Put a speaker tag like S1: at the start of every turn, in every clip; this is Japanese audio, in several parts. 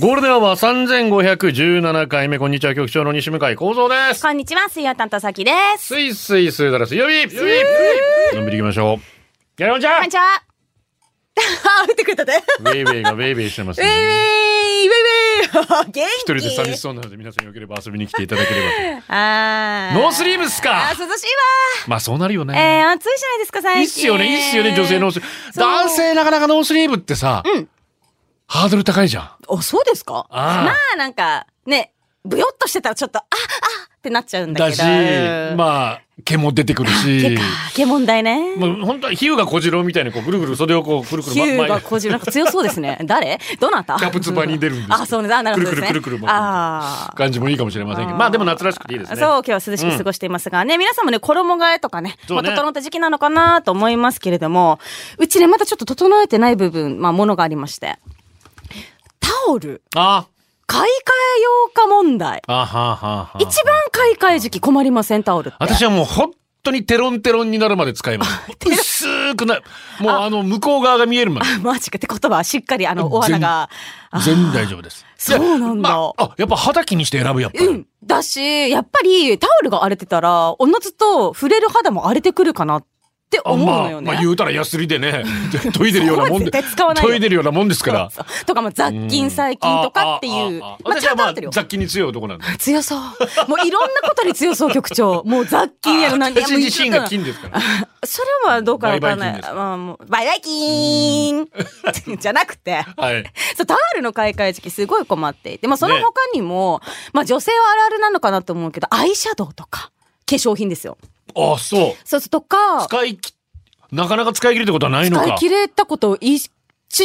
S1: ゴールデンは3517回目、こんにちは、局長の西向井幸三です。
S2: こんにちは、水曜担当さきです。
S1: スイスイスーだら水曜日水曜日のんびり行きましょう。やりましょう
S2: こんにちは。あ、打ってくれたで。ウェ
S1: ウェイウェイがウェイウェイしてます
S2: イウェ
S1: ね。
S2: イウェイウェイ元気
S1: 一人で寂しそうなので、皆さんよければ遊びに来ていただければ
S2: あ
S1: と。ノース
S2: リ
S1: リーブスか
S2: あー、涼しい
S1: まあそうなるよ
S2: わ。え
S1: ね。
S2: ー、暑いじゃないですか、最
S1: いい
S2: 近。
S1: っすよね、いいっすよね、女性ノースリーブ。
S2: そう
S1: 男性なかなかノースリーブってさ、ハードル高いじゃん。
S2: あ、そうですか
S1: あー
S2: まあ、なんか、ね、ぶよっとしてたらちょっと、あ、あ、ってなっちゃうんだ
S1: だ
S2: け
S1: し
S2: ど。、
S1: まあ、毛も出てくるし
S2: 毛。か、毛問題ね。
S1: もう本当はヒューが小次郎みたいにこうぐるぐる袖をこうくるくる
S2: ヒ
S1: ま
S2: ューが
S1: 前
S2: こじなんか強そうですね。誰どなた
S1: キャプツバに出るんですよ
S2: あ、そうね。あ、なるほどですね。
S1: くるくるくるくる
S2: あー
S1: 感じもいいかもしれませんけど。まあでも夏らしくていいですね。
S2: そう、今日は涼しく過ごしていますがね、皆さんもね、衣替えとかね、
S1: そうね
S2: まあ、整った時期なのかなと思いますけれども、うちね、まだちょっと整えてない部分、まあ、ものがありまして。タオル、
S1: あ
S2: 買い替えようか問題。
S1: あ、あはあはあはあ。
S2: 一番買い替え時期困りません、タオルって。
S1: 私はもう本当にテロンテロンになるまで使います。薄くなる。もうあの、向こう側が見えるまで。
S2: マジかって言葉はしっかり、あの、お穴が。
S1: 全然大丈夫です。
S2: そうなんだ
S1: いやまあ、あやっぱ肌気にして選ぶ、やっぱり。
S2: うん。だし、やっぱり、タオルが荒れてたら、おのずと触れる肌も荒れてくるかなって
S1: あ
S2: 思う
S1: ま
S2: の
S1: あ、
S2: よね。
S1: まあ言うたらヤスリでね、研いでるようなもんで、
S2: そう絶対使わないよ
S1: 研いでるようなもんですから。
S2: そうとか、まあ、雑菌、細菌とかっていう。
S1: ああああ
S2: まあ、
S1: 私
S2: ちゃ
S1: は
S2: んと
S1: ま
S2: 合
S1: あ
S2: ってるよ。
S1: 雑菌に強い男 なんで。
S2: 強そう。もういろんなことに強そう、局 長。もう雑菌やの何や
S1: 私
S2: もう
S1: 自身が菌ですから。
S2: それはどうかわかんな
S1: 売
S2: い。
S1: 買菌ですか
S2: まあ、もう、バイバイ菌 じゃなくて。
S1: はい。
S2: そう、タオルの買い替え時期すごい困っていて、まあその
S1: ね
S2: 他にも、まあ女性はあるあるなのかなと思うけど、アイシャドウとか、化粧品ですよ。
S1: あ、そう。
S2: そうそう、とか、
S1: 使いき、なかなか使い切るってことはないの
S2: 使い
S1: か。
S2: 切れたこと一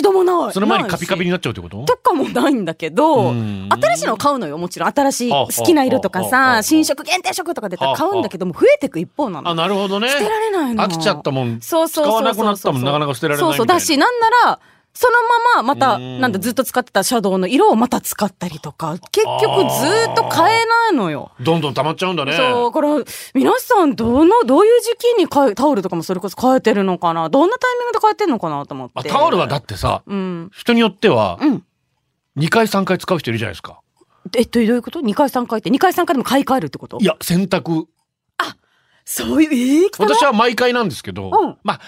S2: 度もない。
S1: その前にカピカピに
S2: な
S1: なっ
S2: いし
S1: ちゃうってこと
S2: とかもないんだけど、
S1: うん
S2: 新しいのを買うのよ、もちろん。新しい、好きな色とか
S1: あああああ
S2: さ、
S1: あ
S2: 新色限定色とか出たら買うんだけども、増えてく一方なの
S1: あ、。なるほどね。
S2: 捨てられないの
S1: 飽きちゃったもん。
S2: そうそうそうそう
S1: 使わなくなったもんなかなか捨てられないみ
S2: そう
S1: たい
S2: そう
S1: な
S2: だしなんならそのまままた
S1: うん
S2: なんだずっと使ってたシャドウの色をまた使ったりとか結局ずっと変えないのよ。
S1: どんどん溜まっちゃうんだね。
S2: そうだから皆さんどのどういう時期に変えタオルとかもそれこそ変えてるのかなどんなタイミングで変えてんのかなと思って
S1: あタオルはだってさ、
S2: うん
S1: 人によっては
S2: うん、
S1: 2回3回使う人いるじゃないですか。
S2: えっとどういうこと2回3回って2回3回でも買い替えるってこと
S1: いや、洗濯。
S2: そういうええー、汚い
S1: 私は毎回なんですけど、
S2: うん
S1: まあ、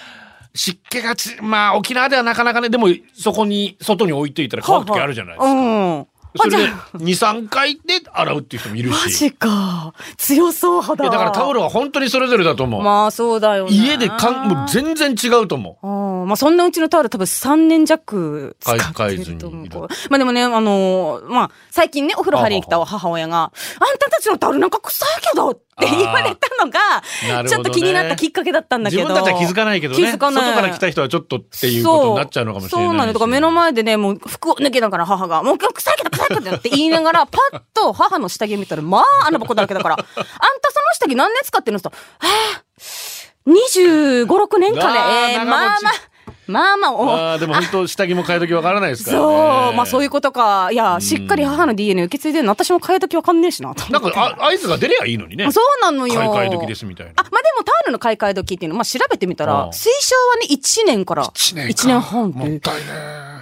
S1: 湿気がち、まあ沖縄ではなかなかね、でもそこに、外に置いていたら乾く時あるじゃないですか。
S2: うん
S1: それ
S2: あ
S1: で
S2: じゃあ
S1: 2、3回で洗うっていう人もいる
S2: マ
S1: し。い
S2: ジか強そう肌
S1: やだからタオ
S2: ル
S1: ルは本当にそれぞれだと思う。
S2: まあそうだよね
S1: 家でかん、もう全然違うと思う。
S2: あーまあそんなうちのタオル多分3年弱使
S1: 買
S2: っ
S1: い替え
S2: て
S1: ず
S2: る
S1: に
S2: と思
S1: いうる。
S2: まあでもね、あのーまあ最近ね、お風呂入りに来た母親が、あんたたちのタオルなんか臭いけどって言われたの
S1: なるほど
S2: が、
S1: ね
S2: ちょっと気になったきっかけだったんだけど。
S1: 自分たちは気づかないけどね
S2: 気づかない
S1: 外から来た人はちょっとっていうことになっちゃうのかもしれないし
S2: そうそうなの。とか目の前でね、もう服を脱げながら母が、もう今日臭いけど臭いけどって言いながら、パッと母の下着見たら、まあ穴ぼこだらけ だから、あんたその下着何年使ってるのって言ったら、はぁ、25、6年かね
S1: あー。
S2: えー
S1: 長持ち
S2: まあまあ、まあまあ、お
S1: ああ、でも本当下着も買い時わからないですからね。。
S2: そう、まあそういううことか。いや、しっかり母の DNA 受け継いでるの、私も変え時わかんねえしな、と思
S1: な
S2: っ
S1: ん
S2: て。
S1: か、あ合図が出ればいいのにね。
S2: そうなのよ。
S1: 買い替え時ですみたいな
S2: あ、まあでもタオルの買い替え時っていうの、まあ調べてみた
S1: う
S2: ら
S1: ん、
S2: 推奨はね、1年から。1
S1: 年か
S2: 半ってい
S1: もっ
S2: う。
S1: たいね。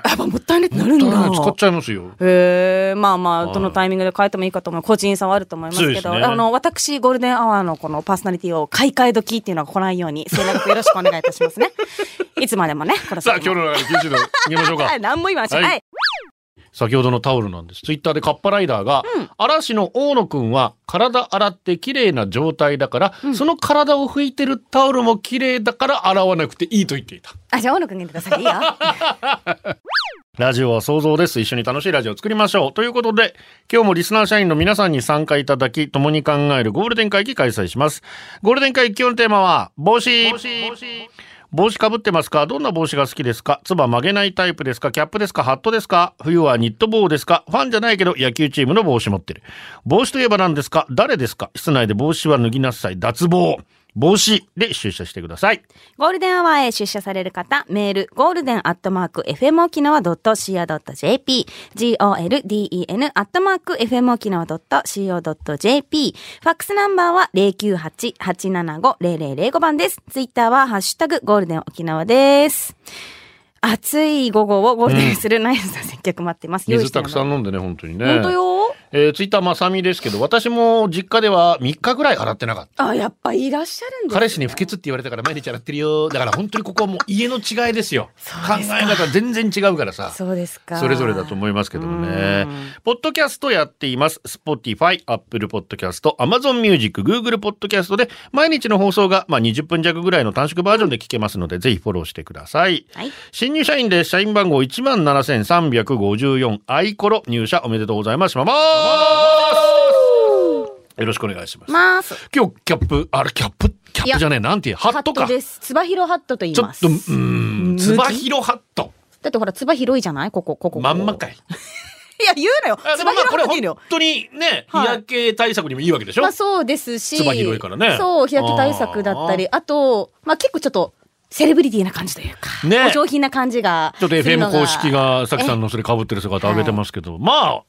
S2: やっぱもったいないってなるんだ。
S1: もったいない使っちゃいますよ。
S2: へえまあまあ、
S1: い
S2: どのタイミングで変えてもいいかと思う。個人差はあると思います
S1: そう
S2: け
S1: です
S2: ど、
S1: ね
S2: あの、私、ゴールデンアワーのこのパーソナリティを買い替え時っていうのが来ないよ うに、末永くよろしくお願いいたしますね。いつまでもね、この
S1: さあ、
S2: 先
S1: 今
S2: も
S1: 日の流れ、90度、行きましょうか
S2: はい。何も言わんし。
S1: はい
S2: はい。
S1: 先ほどのタオルなんです。ツイッターでカッパライダーが、嵐の大野くんは体洗って綺麗な状態だから、その体を拭いてるタオルも綺麗だから洗わなくていいと言っていた。
S2: あ、じゃあ、大野くんにください。いいよ。
S1: ラジオは想像です。一緒に楽しいラジオを作りましょう。ということで、今日もリスナー社員の皆さんに参加いただき、共に考えるゴールデン会議開催します。ゴールデン会議今日のテーマは、帽子。帽子。帽子かぶってますかどんな帽子が好きですかつば曲げないタイプですかキャップですかハットですか冬はニット帽ですかファンじゃないけど野球チームの帽子持ってる。帽子といえば何ですか誰ですか室内で帽子は脱ぎなさい。脱帽。帽子で出社してください。
S2: ゴールデンアワーへ出社される方、メール、ゴールデンアットマーク、fmokinawa.co.jp、golden アットマーク、fmokinawa.co.jp、ファックスナンバーは098-875-0005番です。ツイッターは、ハッシュタグ、ゴールデン沖縄です。暑い午後をゴールデンにするナイスな接客待ってます。用意
S1: 水
S2: して
S1: た
S2: る
S1: く
S2: の
S1: さん飲んでね、本当にね。
S2: 本当よ。
S1: えー、ツイッターまさみですけど、私も実家では3日ぐらい洗ってなかった。
S2: あ、やっぱいらっしゃるんです
S1: 彼氏に不潔って言われたから毎日洗ってるよ。だから本当にここはもう家の違いですよ。考え方全然違うからさ。
S2: そうですか。
S1: それぞれだと思いますけどもね
S2: うん。
S1: ポッドキャストやっています。Spotify、Apple Podcast、Amazon Music、Google Podcast で毎日の放送が、まあ、20分弱ぐらいの短縮バージョンで聞けますので、ぜひフォローしてください。
S2: はい
S1: 新入社員です。社員番号17,354アイコロ入社おめでとうございます。しまますよろしくお願いします。
S2: ます。
S1: 今日キャップ、あれキャップキャップじゃねえ、なんていう、ハ
S2: ハ
S1: ッ
S2: ッ
S1: トか。
S2: ト
S1: ち
S2: です。つばひろハットと言い
S1: ょ
S2: ま
S1: っ
S2: す。
S1: と、うーん、つばひろハット。
S2: だってほら、つば広いじゃないここ、ここ。
S1: まんまか
S2: い。
S1: い。
S2: いや、言うなよ。
S1: あ
S2: つ
S1: ま
S2: ば
S1: あまあこれ
S2: 広い
S1: 本
S2: よ。
S1: 当にね、
S2: はい
S1: 日焼け対策にもいいわけでしょ、
S2: まあそうですし。
S1: つば広いからね
S2: そう、日焼け対策だったり、あと、まあ結構ちょっと、セレブリティな感じというか。
S1: ね
S2: お上品な感じが。
S1: ちょっと
S2: するの
S1: FM 公式。がさきさんのそれ被ってる姿上げて
S2: はい
S1: ますけど、まあ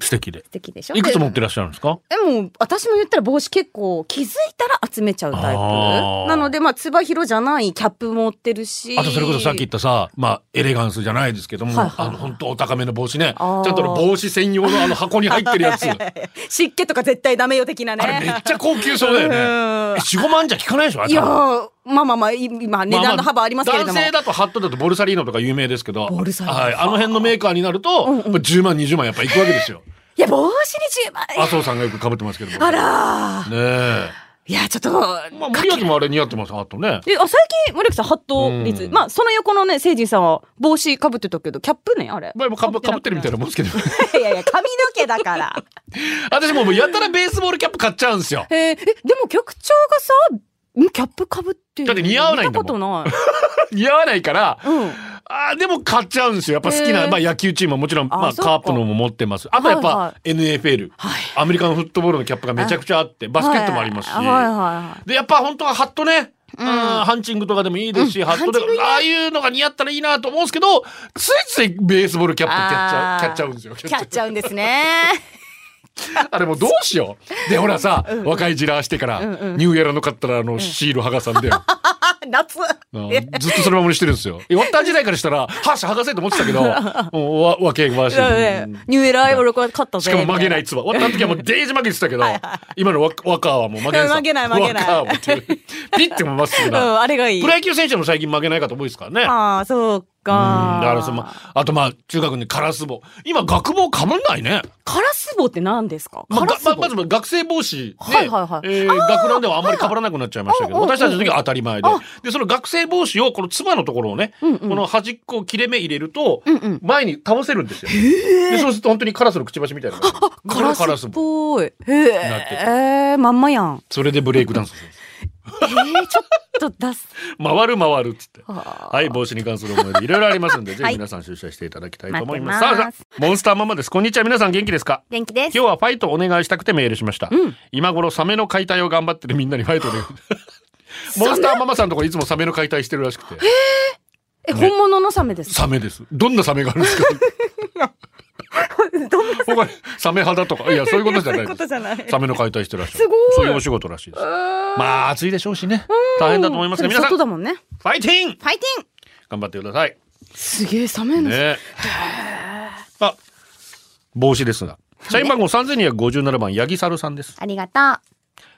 S1: 素敵で
S2: 素敵でしょ
S1: いくつ持って
S2: る
S1: らっしゃるんですか
S2: え、もう、私も言ったら帽子結構気づいたら集めちゃうタイプ
S1: あー。
S2: なので、まあ、つば広じゃないキャップ持ってるし。
S1: あとそれこそさっき言ったさまあエレガンスじゃないですけども、
S2: はいはい
S1: あの本当お高めの帽子ねち
S2: あ
S1: ゃ
S2: ー
S1: んとあの帽子専用のあの箱に入ってるや つあ
S2: 湿気とか絶対ダメよ的なね。
S1: れめっちゃ高級そうだよね
S2: うん
S1: 45万じゃ効かないでしょあれ
S2: いや
S1: 多分
S2: ーまあまあまあ、今、値段の幅ありますけれども。
S1: 男性だとハットだとボルサリーノとか有名ですけど
S2: ボルサリーノ
S1: はい、あの辺のメーカーになると、やっぱ10万20万やっぱいくわけですよ
S2: いや、帽子に10万円
S1: 麻生さんがよく被ってますけども
S2: あらー
S1: ねえ
S2: いや、ちょっと、
S1: まあ、森脇もあれ似合ってます、ハットね。
S2: えあ最近、森脇さん、ハット率。
S1: うん
S2: まあ、その横のね、聖人さんは帽子かぶってたけど、キャップね、あれ。
S1: まあ、かぶかぶってるみたいなもんですけど。
S2: いやいや、髪の毛だから。
S1: 私もうやたらベースボールキャップ買っちゃうんですよ。
S2: えーえ、でも局長がさ、んキャップかぶってる
S1: だって似合わないんだもん
S2: 見たことない。
S1: 似合わないから、
S2: うん。
S1: あーでも買っちゃうんですよ。やっぱ好き
S2: へ
S1: な、
S2: ー
S1: まあ野球チームはもちろん、
S2: あ
S1: まあ
S2: そっか
S1: カープのも持ってます。あとやっ
S2: はいは
S1: ぱ NFL、
S2: はい。
S1: アメリカンフットボールのキャップがめちゃくちゃあって、 バスケットもありますし。
S2: はいはいはい。
S1: で、やっぱ本当はハットね。うん、ハンチングとかでもいいですし、ハットで
S2: ハンチングいいね
S1: ああいうのが似合ったらいいなと思うんですけど、ついついベースボールキャップキャッチャー、
S2: あー
S1: キャッチャーうんですよ。
S2: キャッちゃうんですね。
S1: あれもうどうしよう。で、ほらさ、若いジラーしてから、ニューエラの買ったらあの、シール剥がさんで、
S2: あ 夏。
S1: うんずっとそれままにしてるんですよ。え、ワッター時代からしたら、歯し剥がせと思ってたけど、もうわ、わけわし
S2: だからねニューエラー、俺、これ勝った
S1: し
S2: ぜ。。
S1: かも曲げないいつば。終わった時はもうデージ負けてたけど、今のワワカーはもう負けない。
S2: うん曲げない曲げない
S1: ワカーはもうピッてもまっすぐ
S2: うん、
S1: な。
S2: あれがいい
S1: プロ。野球選手も最近負けない方多いですからね。
S2: ああ、そ
S1: う
S2: う
S1: ん
S2: か。
S1: だからその、あとまあ、中学にカラスボ。今、学帽かぶんないね。
S2: カラス帽って何ですか
S1: まあ、
S2: カラ
S1: が
S2: ス
S1: ま
S2: 帽
S1: まず学生帽子で、
S2: はいはいはい
S1: えー学ランではあんまり被らなくなっちゃいましたけど、
S2: はいはい
S1: 私たちの時は当たり前で
S2: あ、
S1: で、その学生帽子を、このつばのところをね、
S2: うんうん
S1: この端っこを切れ目入れると
S2: うんうん、
S1: 前に倒せるんですよ。で、そうすると本当にカラスのくちばしみたいな感じで。これが
S2: カ
S1: カ
S2: ラ
S1: ラ
S2: ス
S1: ス
S2: っ
S1: 帽子。
S2: ぽい。へ
S1: なって
S2: え、まんまやん。
S1: それでブレイクダンスするんです
S2: えー、ちょっと出す。
S1: 回る回るっつって。
S2: あ
S1: はい、帽子に関する思いでいろいろありますんで、ぜ
S2: は
S1: ひ
S2: い
S1: 皆さん出社していただきたいと思います。
S2: 待って
S1: さあ
S2: ます
S1: さあ、モンスターママです。こんにちは、皆さん元気ですか
S2: 元気で
S1: 今日はファイトお願いしたくてメールしました。
S2: うん
S1: 今頃サメの解体を頑張ってるみんなにファイ トお願い。モンスターママさんのとこいつもサメの解体してるらしくて。
S2: え、本物のサメですか
S1: サメです。どんなサメがあるんですか 他にサメ肌とか。いや、そういうことじゃないです。
S2: じゃない
S1: サメの解体してらっしゃる。
S2: すごい
S1: そういうお仕事らしいです。まあ、暑いでしょうしね。大変だと思いますが、皆さん、
S2: 外
S1: フ
S2: だもんね。フ
S1: ァイティン
S2: ァイティン
S1: 頑張ってください。
S2: すげえ、サメの。
S1: ね。あ、帽子ですが。社員番号3257番、八木猿さんです。
S2: ありがと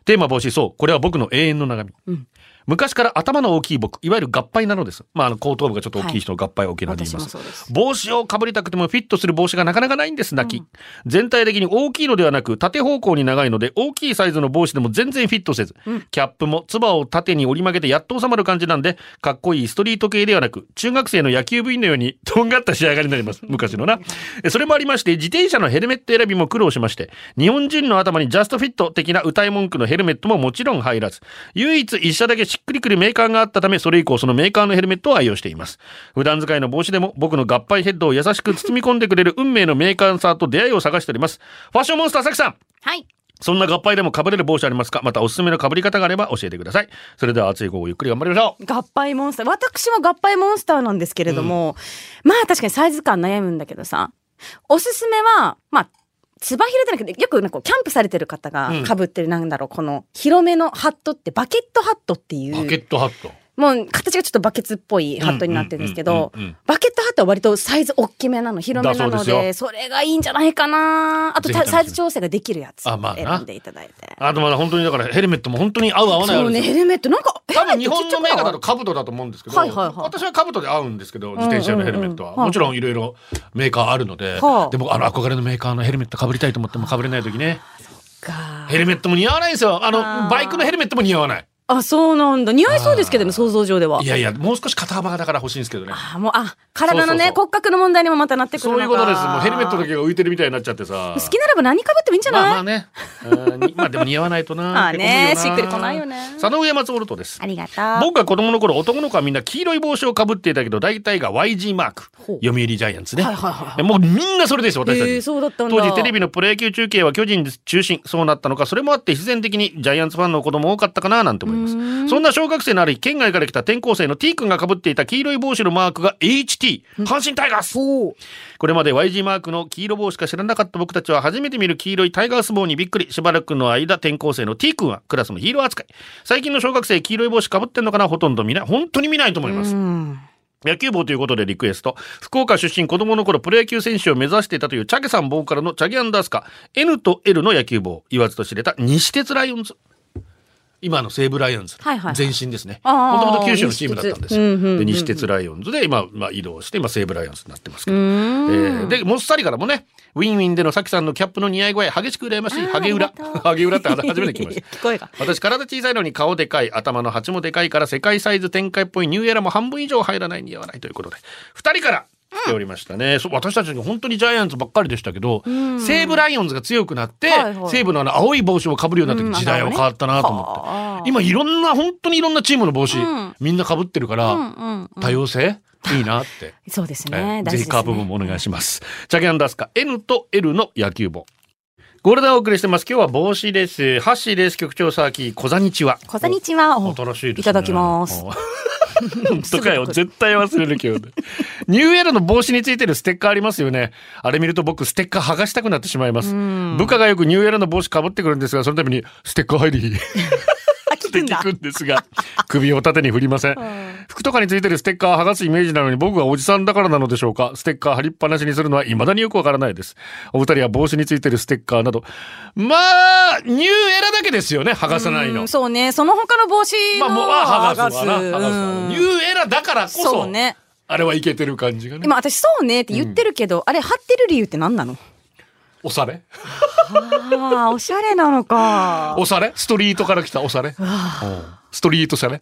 S1: テーマ帽子、そう。これは僕の永遠の悩み。
S2: うん
S1: 昔から頭の大きい僕、いわゆる合杯なのです。まあ、あの、後頭部がちょっと大きい人の合杯を沖
S2: う。
S1: 縄で言
S2: 私
S1: いま
S2: も
S1: す。
S2: そうです。
S1: 帽子をかぶりたくてもフィットする帽子がなかなかないんです、泣き。全体的に大きいのではなく、縦方向に長いので、大きいサイズの帽子でも全然フィットせず、キャップも、つばを縦に折り曲げてやっと収まる感じなんで、かっこいいストリート系ではなく、中学生の野球部員のように、とんがった仕上がりになります。昔のな。えそれもありまして、自転車のヘルメット選びも苦労しまして、日本人の頭にジャストフィット的な歌い文句のヘルメットももちろん入らず、唯一一社だけしっくりくるメーカーがあったため、それ以降そのメーカーのヘルメットを愛用しています。普段使いの帽子でも僕の合杯ヘッドを優しく包み込んでくれる運命のメーカーさんと出会いを探しております。ファッションモンスターさきさん
S2: はい。
S1: そんな合杯でも被れる帽子ありますかまたおすすめの被り方があれば教えてください。それでは暑い午後ゆっくり頑張りましょう。
S2: 合杯モンスター。私も合杯モンスターなんですけれども、まあ確かにサイズ感悩むんだけどさ、おすすめは、まあ、つばひろじゃなくて、よくなんかこうキャンプされてる方が
S1: うん
S2: 被ってる、なんだろう、この広めのハットって、バケットハットっていう、
S1: バケットハット。
S2: もう形がちょっとバケツっぽいハットになってるんですけど
S1: うんうんうんうん、
S2: バケットハットは割とサイズ大きめなの、広めな
S1: だ
S2: の
S1: そうで
S2: で、それがいいんじゃないかなあと
S1: ぜひ試して
S2: サイズ調整ができるやつ
S1: あまあな
S2: 選んでいただいて。
S1: あとまだ本当にだからヘルメットも本当に合う合わないあ
S2: そ
S1: る
S2: うん
S1: で
S2: ね、
S1: すよ
S2: ヘルメット。なんか、
S1: 多分日本のメーカーだ
S2: と
S1: と兜だと思うんですけど、
S2: はいはいはい
S1: 私は兜で合うんですけど自転車のヘルメットは、
S2: うんうんうん
S1: もちろんいろいろメーカーあるので、
S2: はあ
S1: で僕あの憧れのメーカーのヘルメットかぶりたいと思ってもかぶれない時ね
S2: か
S1: ヘルメットも似合わないんですよあの
S2: あー
S1: バイクのヘルメットも似合わない。
S2: あ、そうなんだ。似合いそうですけどね、想像上ではい
S1: やいやもう少し肩幅だから欲しいんですけどね
S2: あ、もう、あ、体の
S1: そうそうそ
S2: ね、
S1: う
S2: 骨格の問題にもまたなってくる
S1: そ
S2: の
S1: う
S2: か
S1: いうことですもうヘルメットだけが浮いてるみたいになっちゃってさ
S2: 好きならば何かぶってもいいんじゃない、
S1: まあまあねうんにまあでも似合わないとな
S2: まあね
S1: って思う
S2: しっくりこないよね
S1: 佐野上松オルトです
S2: ありがとう。
S1: 僕が子供の頃男の子はみんな黄色い帽子をかぶっていたけど大体が YG マーク
S2: ほう
S1: 読売ジャイアンツね、
S2: はいはいはいはい
S1: でもうみんなそれです私たち、
S2: えーそうだったんだ
S1: 当時テレビのプロ野球中継は巨人中心そうなったのかそれもあって必然的にジャイアンツファンの子供多かったかななんて思いますそんな小学生のある日県外から来た転校生の T 君がかぶっていた黄色い帽子のマークが HT 阪神タイガースこれまで YG マークの黄色帽しか知らなかった僕たちは初めて見る黄色いタイガース帽にびっくりしばらくの間転校生の T 君はクラスのヒーロー扱い最近の小学生黄色い帽子かぶってんのかなほとんど見ない本当に見ないと思います野球帽ということでリクエスト。福岡出身子供の頃プロ野球選手を目指していたというチャゲさん棒からのチャゲアンダースカ。N と L の野球帽。言わずと知れた西鉄ライオンズ。今の西武ライオンズ。
S2: はいはいはい
S1: 前身ですね。
S2: あー
S1: もともと九州のチームだったんですよ。
S2: 西鉄うんうんうんうん
S1: で西鉄ライオンズで今、まあ、移動して今西武ライオンズになってますけど。えーで、モッサリからもね、ウィンウィンでのさきさんのキャップの似合い声、激しく羨ましい。ハゲ裏。ハゲ裏って初めて聞きました。
S2: 聞こえが。
S1: 私体小さいのに顔でかい頭の鉢もでかいから世界サイズ展開っぽいニューエラも半分以上入らない似合わないということで2人から来ておりましたね、そう私たち本当にジャイアンツばっかりでしたけど、西武ライオンズが強くなって、
S2: はいはい
S1: 西武のあの青い帽子をかぶるようになっ
S2: うん
S1: て時代は変わったなと思って、
S2: はあ
S1: 今いろんな本当にいろんなチームの帽子、
S2: うん
S1: みんなかぶってるから、
S2: うんうんうん
S1: 多様性いいなって。
S2: そうです
S1: え
S2: ね。
S1: ー
S2: 大
S1: ぜ
S2: 事ですね
S1: ひカープ分もお願いします。チャゲアンダースカ N と L の野球帽。ゴールデンお送りしてます。今日は帽子です。ハッシーです。局長サーキー、小座にちは。
S2: こさにちは。お
S1: 新しいです、ね。
S2: いただきます
S1: あー。とか よ、絶対忘れるけど。ニューエラの帽子についてるステッカーありますよね。あれ見ると僕、ステッカー剥がしたくなってしまいます。部下がよくニューエラの帽子かぶってくるんですが、そのために、ステッカー入り。
S2: あ、聞くんだ
S1: 聞。くんですが、首を縦に振りません。服とかについてるステッカーを剥がすイメージなのに僕がおじさんだからなのでしょうか。ステッカー貼りっぱなしにするのは未だによくわからないです。お二人は帽子についてるステッカーなど。まあ、ニューエラだけですよね、剥がさないの
S2: うん。そうね。その他の帽子
S1: まあ、
S2: の
S1: もう、あ剥がすわな。
S2: 剥
S1: 剥
S2: が
S1: が
S2: す
S1: す
S2: う
S1: わ
S2: ん
S1: ニューエラだからこそ、
S2: そうね。
S1: あれはいけてる感じがね。
S2: 今私そうねって言ってるけど、あれ貼ってる理由って何なの？
S1: 押され
S2: ああ、おしゃれなのか。
S1: 押されストリートから来た押されうんストリートされ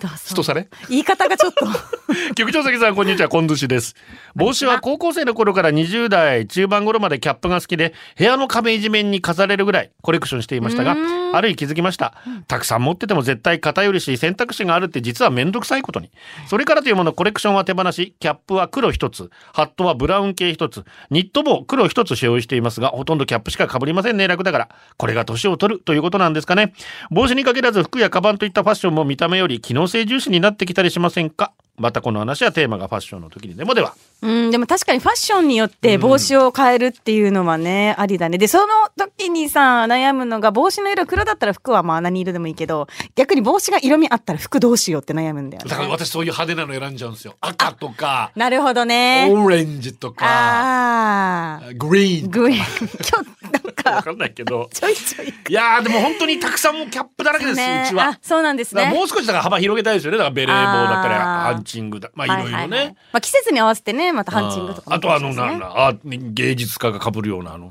S2: だそう
S1: ストされ
S2: 言い方がちょっ と。
S1: 局長関さんこんにちはこんずしです帽子は高校生の頃から20代中盤頃までキャップが好きで部屋の壁一面に飾れるぐらいコレクションしていましたがある日気づきましたたくさん持ってても絶対偏るし選択肢があるって実は面倒くさいことにそれからというものコレクションは手放しキャップは黒一つハットはブラウン系一つニット帽黒一つ使用していますがほとんどキャップしか被りませんね楽だからこれが年を取るということなんですかね帽子に限らず服やカバンといったファッションも見た目より機能性重視になってきたりしませんかまたこの話はテーマがファッションの時にでもでは
S2: うん、でも確かにファッションによって帽子を変えるっていうのはね、ありだね。で、その時にさ、悩むのが帽子の色黒だったら服はまあ何色でもいいけど、逆に帽子が色味あったら服どうしようって悩むんだよね。
S1: だから私そういう派手なの選んじゃうんですよ赤とか
S2: なるほどね。
S1: オレンジとか
S2: ああ。
S1: グリーン
S2: グリーン。今日、なん
S1: わ
S2: か、
S1: かんないけど
S2: ちょいちょい。
S1: いやーでも本当にたくさんもうキャップだらけです、
S2: ね
S1: うちは
S2: あ、そうなんです
S1: だから
S2: ね。
S1: もう少しだから幅広げたいですよねだからベレー帽だったり
S2: あー
S1: ハンチングだまあいろいろね、
S2: はははまあ季節に合わせてね、またハンチングとかも
S1: あとあの
S2: そうです
S1: な
S2: ね
S1: んだあ芸術家がかぶるようなあの、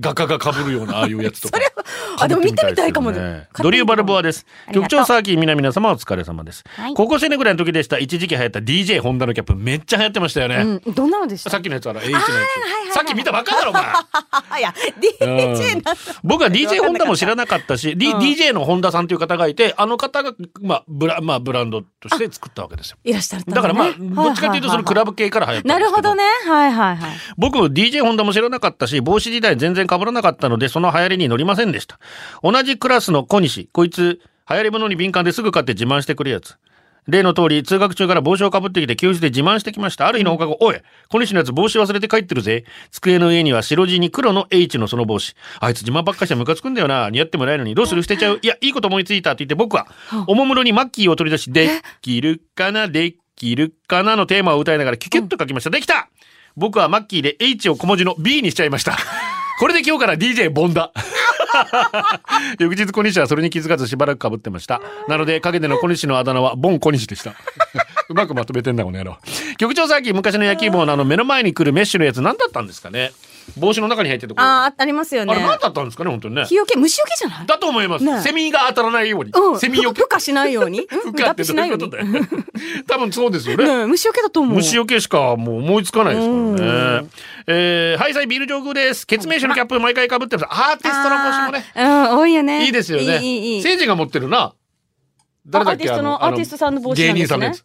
S1: 画家がかぶるようなああいうやつとか
S2: あ、でも見てみたいかも
S1: 被ってみたい
S2: ね
S1: ですよね。ドリューバルボアです
S2: あり
S1: 局
S2: がとう
S1: 長サーキー皆皆様お疲れ様です、
S2: はい
S1: 高校生ぐらいの時でした一時期流行った DJ ホンダのキャップめっちゃ流行ってましたよね、
S2: うん、どんなのでした
S1: さっきのやつあら H のやつ、
S2: はいはい
S1: さっき見たばっかだろお前
S2: あいや、DJ
S1: うん
S2: DJ なんだ
S1: 僕は DJ ホンダも知らなかったし、D
S2: うん
S1: DJ の本田さんという方がいてあの方が、まあ、ブラまあブランドとして作ったわけですよ。
S2: いらっしゃる
S1: だからまあどっちかというとそのクラ
S2: ブ
S1: ブ系から流行ったんです
S2: な
S1: け
S2: るほどねはいはいはい
S1: 僕 DJ ホンダも知らなかったし帽子時代全然被らなかったのでその流行りに乗りませんでした同じクラスの小西こいつ流行り物に敏感ですぐ買って自慢してくるやつ例の通り通学中から帽子をかぶってきて教室で自慢してきましたある日の放課後「おい小西のやつ帽子忘れて帰ってるぜ机の上には白地に黒の H のその帽子あいつ自慢ばっかしてムカつくんだよな似合ってもないのにどうする捨てちゃういやいいこと思いついた」って言って僕はおもむろにマッキーを取り出し「できるかなできるかな」のテーマを歌いながらキュキュッと書きましたできた僕はマッキーで H を小文字の B にしちゃいました。これで今日から DJ ボンダ。翌日小西はそれに気づかずしばらく被ってました。なので陰での小西のあだ名はボン小西でした。うまくまとめてんだこの野郎。局長さっき昔の野球帽のあの目の前に来るメッシュのやつ何だったんですかね帽子の中に入ってるところ。あ
S2: ああありますよね
S1: れ何だったんですかね本当にね。
S2: 日よけ虫よけじゃない
S1: だと思います。
S2: ねえ
S1: セミが当たらないように。
S2: うん
S1: セミよけ
S2: ふ。孵化しないようにうん
S1: ふ
S2: 脱
S1: かっ
S2: 皮
S1: て
S2: し
S1: どう
S2: ない
S1: い
S2: よ
S1: う
S2: う
S1: こと
S2: に
S1: だよ。 多分そうですよね。
S2: うん虫よけだと思う
S1: 虫よけしかもう思いつかないですから
S2: う
S1: ね。えー、ハイサイビール上空です。ケツメイシのキャップ毎回被ってます。アーティストの帽子もね、
S2: あーうん多いよね
S1: いいですよね。
S2: いいいいいい
S1: 聖人が持ってるな。誰だっけ
S2: あアーティストの
S1: ああ
S2: アーティストさんの帽子なんですね
S1: 芸人さんのやつ。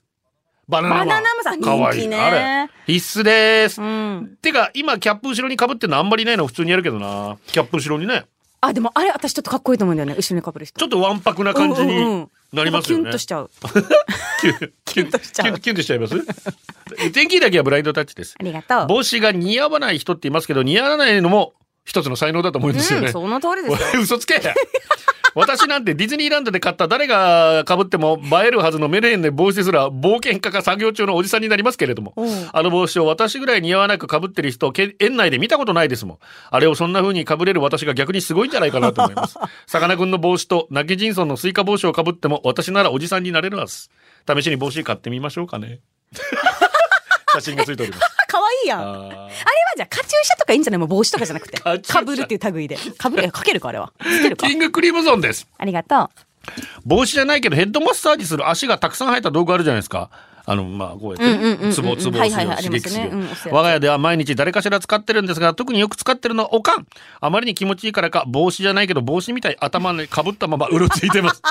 S1: バナナマ
S2: バ
S1: ン。
S2: ナナマンさん
S1: かわいい
S2: 人気
S1: な
S2: ね
S1: あれ。必須です。
S2: うん
S1: てか、今、キャップ後ろに被ってるのあんまりいないの普通にやるけどな。キャップ後ろにね。
S2: あでもあれ私ちょっとかっこいいと思うんだよね後ろにかぶる人
S1: ちょっとわんぱくな感じになりますよね。
S2: うんうんうんキュンとしちゃ う
S1: キュン
S2: キュンとしちゃう
S1: キュンキュンとしちゃいます天気だけはブラインドタッチです
S2: あ。りがとう
S1: 帽子が似合わない人っていますけど似合わないのも一つの才能だと思うんですよ
S2: う
S1: ね
S2: ん、、その通 りですよ
S1: 嘘つけ私なんてディズニーランドで買った誰が被っても映えるはずのメルヘンで帽子ですら冒険家か作業中のおじさんになりますけれども
S2: うん
S1: あの帽子を私ぐらい似合わなく被ってる人け園内で見たことないですもんあれをそんな風に被れる私が逆にすごいんじゃないかなと思い ますさかなクンの帽子とナケジンソンのスイカ帽子を被っても私ならおじさんになれるはず試しに帽子買ってみましょうか ね写真がついております
S2: 可愛いやんあれは
S1: あー
S2: じゃあカチューシャとかいいんじゃないもう帽子とかじゃなくて
S1: カチューシャ
S2: かぶるっていう類でかぶるえかけるかあれはつけるか
S1: キングクリムゾンです
S2: ありがとう
S1: 帽子じゃないけどヘッドマッサージする足がたくさん生えた道具あるじゃないですか。あの、まあ、こうやって
S2: うんうんうんうんう
S1: ね、
S2: ん
S1: ツボツボを
S2: は
S1: 押
S2: い
S1: す
S2: はい
S1: よ
S2: は
S1: う
S2: い
S1: 刺激するよ
S2: ありますねうん押すやつ
S1: 我が家では毎日誰かしら使ってるんですが、特によく使ってるのはおかん。あまりに気持ちいいからか、帽子じゃないけど帽子みたい頭にかぶったままうろついて ます。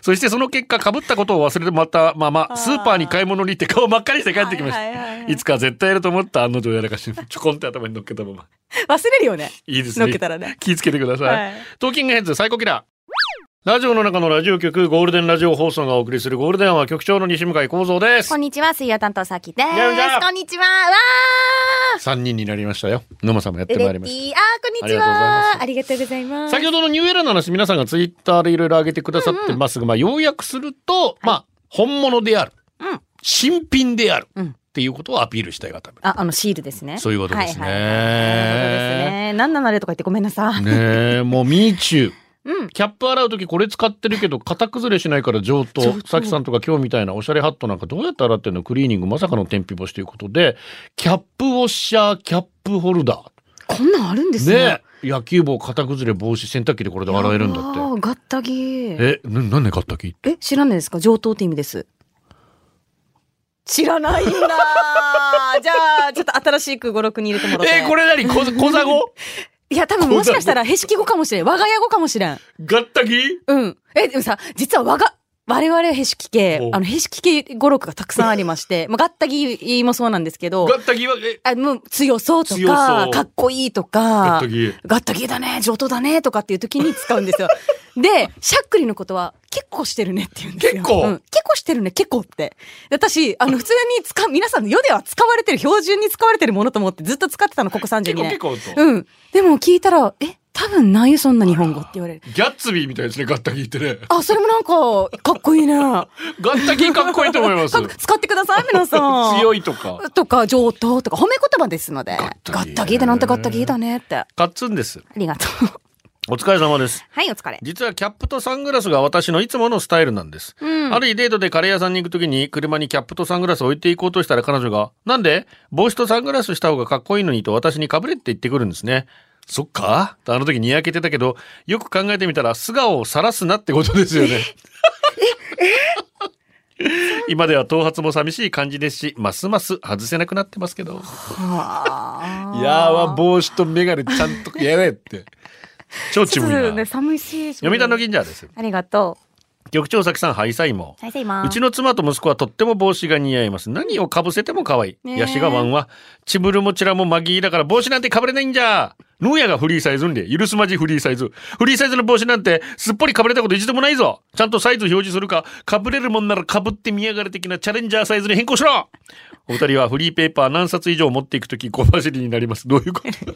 S1: そしてその結果、かぶったことを忘れてまたまま、スーパーに買い物に行って顔真っ赤にして帰ってきまし
S2: はいはいはい
S1: た。
S2: はい
S1: いつか絶対やると思った案の定やらかして、ちょこんって頭に乗っけたまま。
S2: 忘れるよね
S1: いいですね。
S2: 乗っけたらね
S1: 気ぃつけてください。
S2: はい
S1: トーキングヘッズ最高キラー。ラジオの中のラジオ局、ゴールデンラジオ放送がお送りするゴールデンは局長の西向井幸三です
S3: こん。にちは、水曜担当さきです。
S1: じゃあじゃあ
S3: こんにちは。わ
S1: 三人になりましたよ。野間さんもやっ
S3: ー。
S1: て
S3: う
S1: まい
S3: れ
S1: りまし
S3: ぴー。あー、こんにちは。ありがとうございま
S1: た。
S3: す。
S1: 先ほどのニューエラーの話、皆さんがツイッターでいろいろ上げてくださってますが、まあ、要約すると、まあ、本物である。新品である。
S2: うん
S1: っていうことをアピールしたいがため。
S2: ああのシールですね
S1: そういうことですね
S2: はいはいはいそういうことですね何なのあれとか言ってごめんなさい、
S1: ねえ、もう、ミーチュー。
S2: うん
S1: キャップ洗う時これ使ってるけど型崩れしないから上等さきさんとか今日みたいなおしゃれハットなんかどうやって洗ってんのクリーニングまさかの天日干しということでキャップウォッシャーキャップホルダ
S2: こんなんあるんで
S1: ー
S2: すね
S1: ね野球帽型崩れ防止洗濯機でこれで洗えるんだ
S2: あ
S1: っ
S2: ーガッタギ
S1: てえな何で買ったっけ
S2: え、知らないですか上等って意味です。知らないんだ じゃあ、ちょっと新しく5、6に入れてもらって。
S1: えこれ何小小座 語
S2: いや、多分もしかしたら、へしき語かもしれん。我が家語かもしれん。
S1: 合体
S2: うん。え、でもさ、実は我が、我々へしき系
S1: お、
S2: あの、へしき系5、6がたくさんありま して、まあ、合ったぎもそうなんですけど、
S1: 合体はえ
S2: あもう強そうと
S1: 強そ
S2: か
S1: う、
S2: かっこいいとか、
S1: 合体
S2: ガッタギーだね、上等だね、とかっていう時に使うん ですよ。で、しゃっくりのことは、結構してるねって言うんですよ。
S1: 結構
S2: うん結構してるね、結構って。で私、あの、普通に使う、皆さんの世では使われてる、標準に使われてるものと思ってずっと使ってたの、ここ32
S1: 結構結
S2: 年。
S1: 構と、
S2: うん。でも聞いたら、え、多分ないよ、そんな日本語って言われる。
S1: ギャッツビーみたいですね合体ってね
S2: あ、それもなんか、かっこいいな。
S1: 合体かっこいいと思います
S2: か使ってください、皆さん。
S1: 強
S2: い。
S1: いとか
S2: とか、上等とか、褒め言葉ですので。
S1: ガッタギー
S2: ガッタギーだなんてガッタギーだねって。あ
S1: 買っつんです
S2: りがとう。
S1: お疲れ様です
S2: はい、お疲れ。
S1: 実はキャップとサングラスが私のいつものスタイルなんです。あるデートでカレー屋さんに行くときに車にキャップとサングラスを置いていこうとしたら彼女が、なんで帽子とサングラスした方がかっこいいのにと私に被れって言ってくるんですね。そっかとあの時にやけてたけど、よく考えてみたら素顔を晒すなってことですよね。今では頭髪も寂しい感じですし、ますます外せなくなってますけど。
S2: はあ
S1: いやーは帽子とメガネちゃんとやれって。超ち
S2: ちょ
S1: ぶ
S2: っ
S1: り
S2: と
S1: な
S2: ね。寒いし
S1: 読谷の銀座です。
S2: ありがと
S1: 局長さきさん、ハイサイも
S3: 再。生今
S1: うちの妻と息子はとっても帽子が似合います。何をかぶせても可愛い。
S2: ねえ
S1: ヤシガワンは、チブルもチラもマギーだから帽子なんてかぶれないんじゃ。ノーヤがフリーサイズんで、許すまじフリーサイズ。フリーサイズの帽子なんて、すっぽりかぶれたこと一度もないぞ。ちゃんとサイズ表示するか、かぶれるもんならかぶってみやがれ的なチャレンジャーサイズに変更しろお二人はフリーペーパー何冊以上持っていくとき小走りになります。どういう こと
S2: う